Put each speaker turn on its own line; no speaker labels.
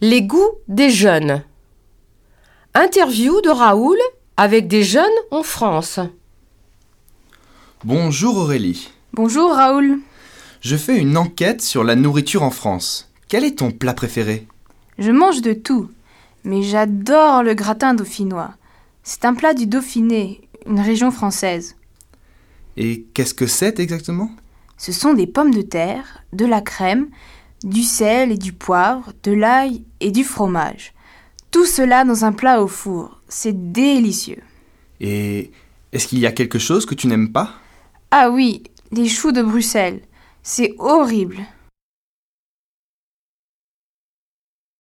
Les goûts des jeunes. Interview de Raoul avec des jeunes en France.
Bonjour Aurélie.
Bonjour Raoul.
Je fais une enquête sur la nourriture en France. Quel est ton plat préféré
Je mange de tout, mais j'adore le gratin dauphinois. C'est un plat du Dauphiné, une région française.
Et qu'est-ce que c'est exactement
Ce sont des pommes de terre, de la crème, du sel et du poivre, de l'ail et du fromage. Tout cela dans un plat au four. C'est délicieux.
Et est-ce qu'il y a quelque chose que tu n'aimes pas
Ah oui, les choux de Bruxelles. C'est horrible.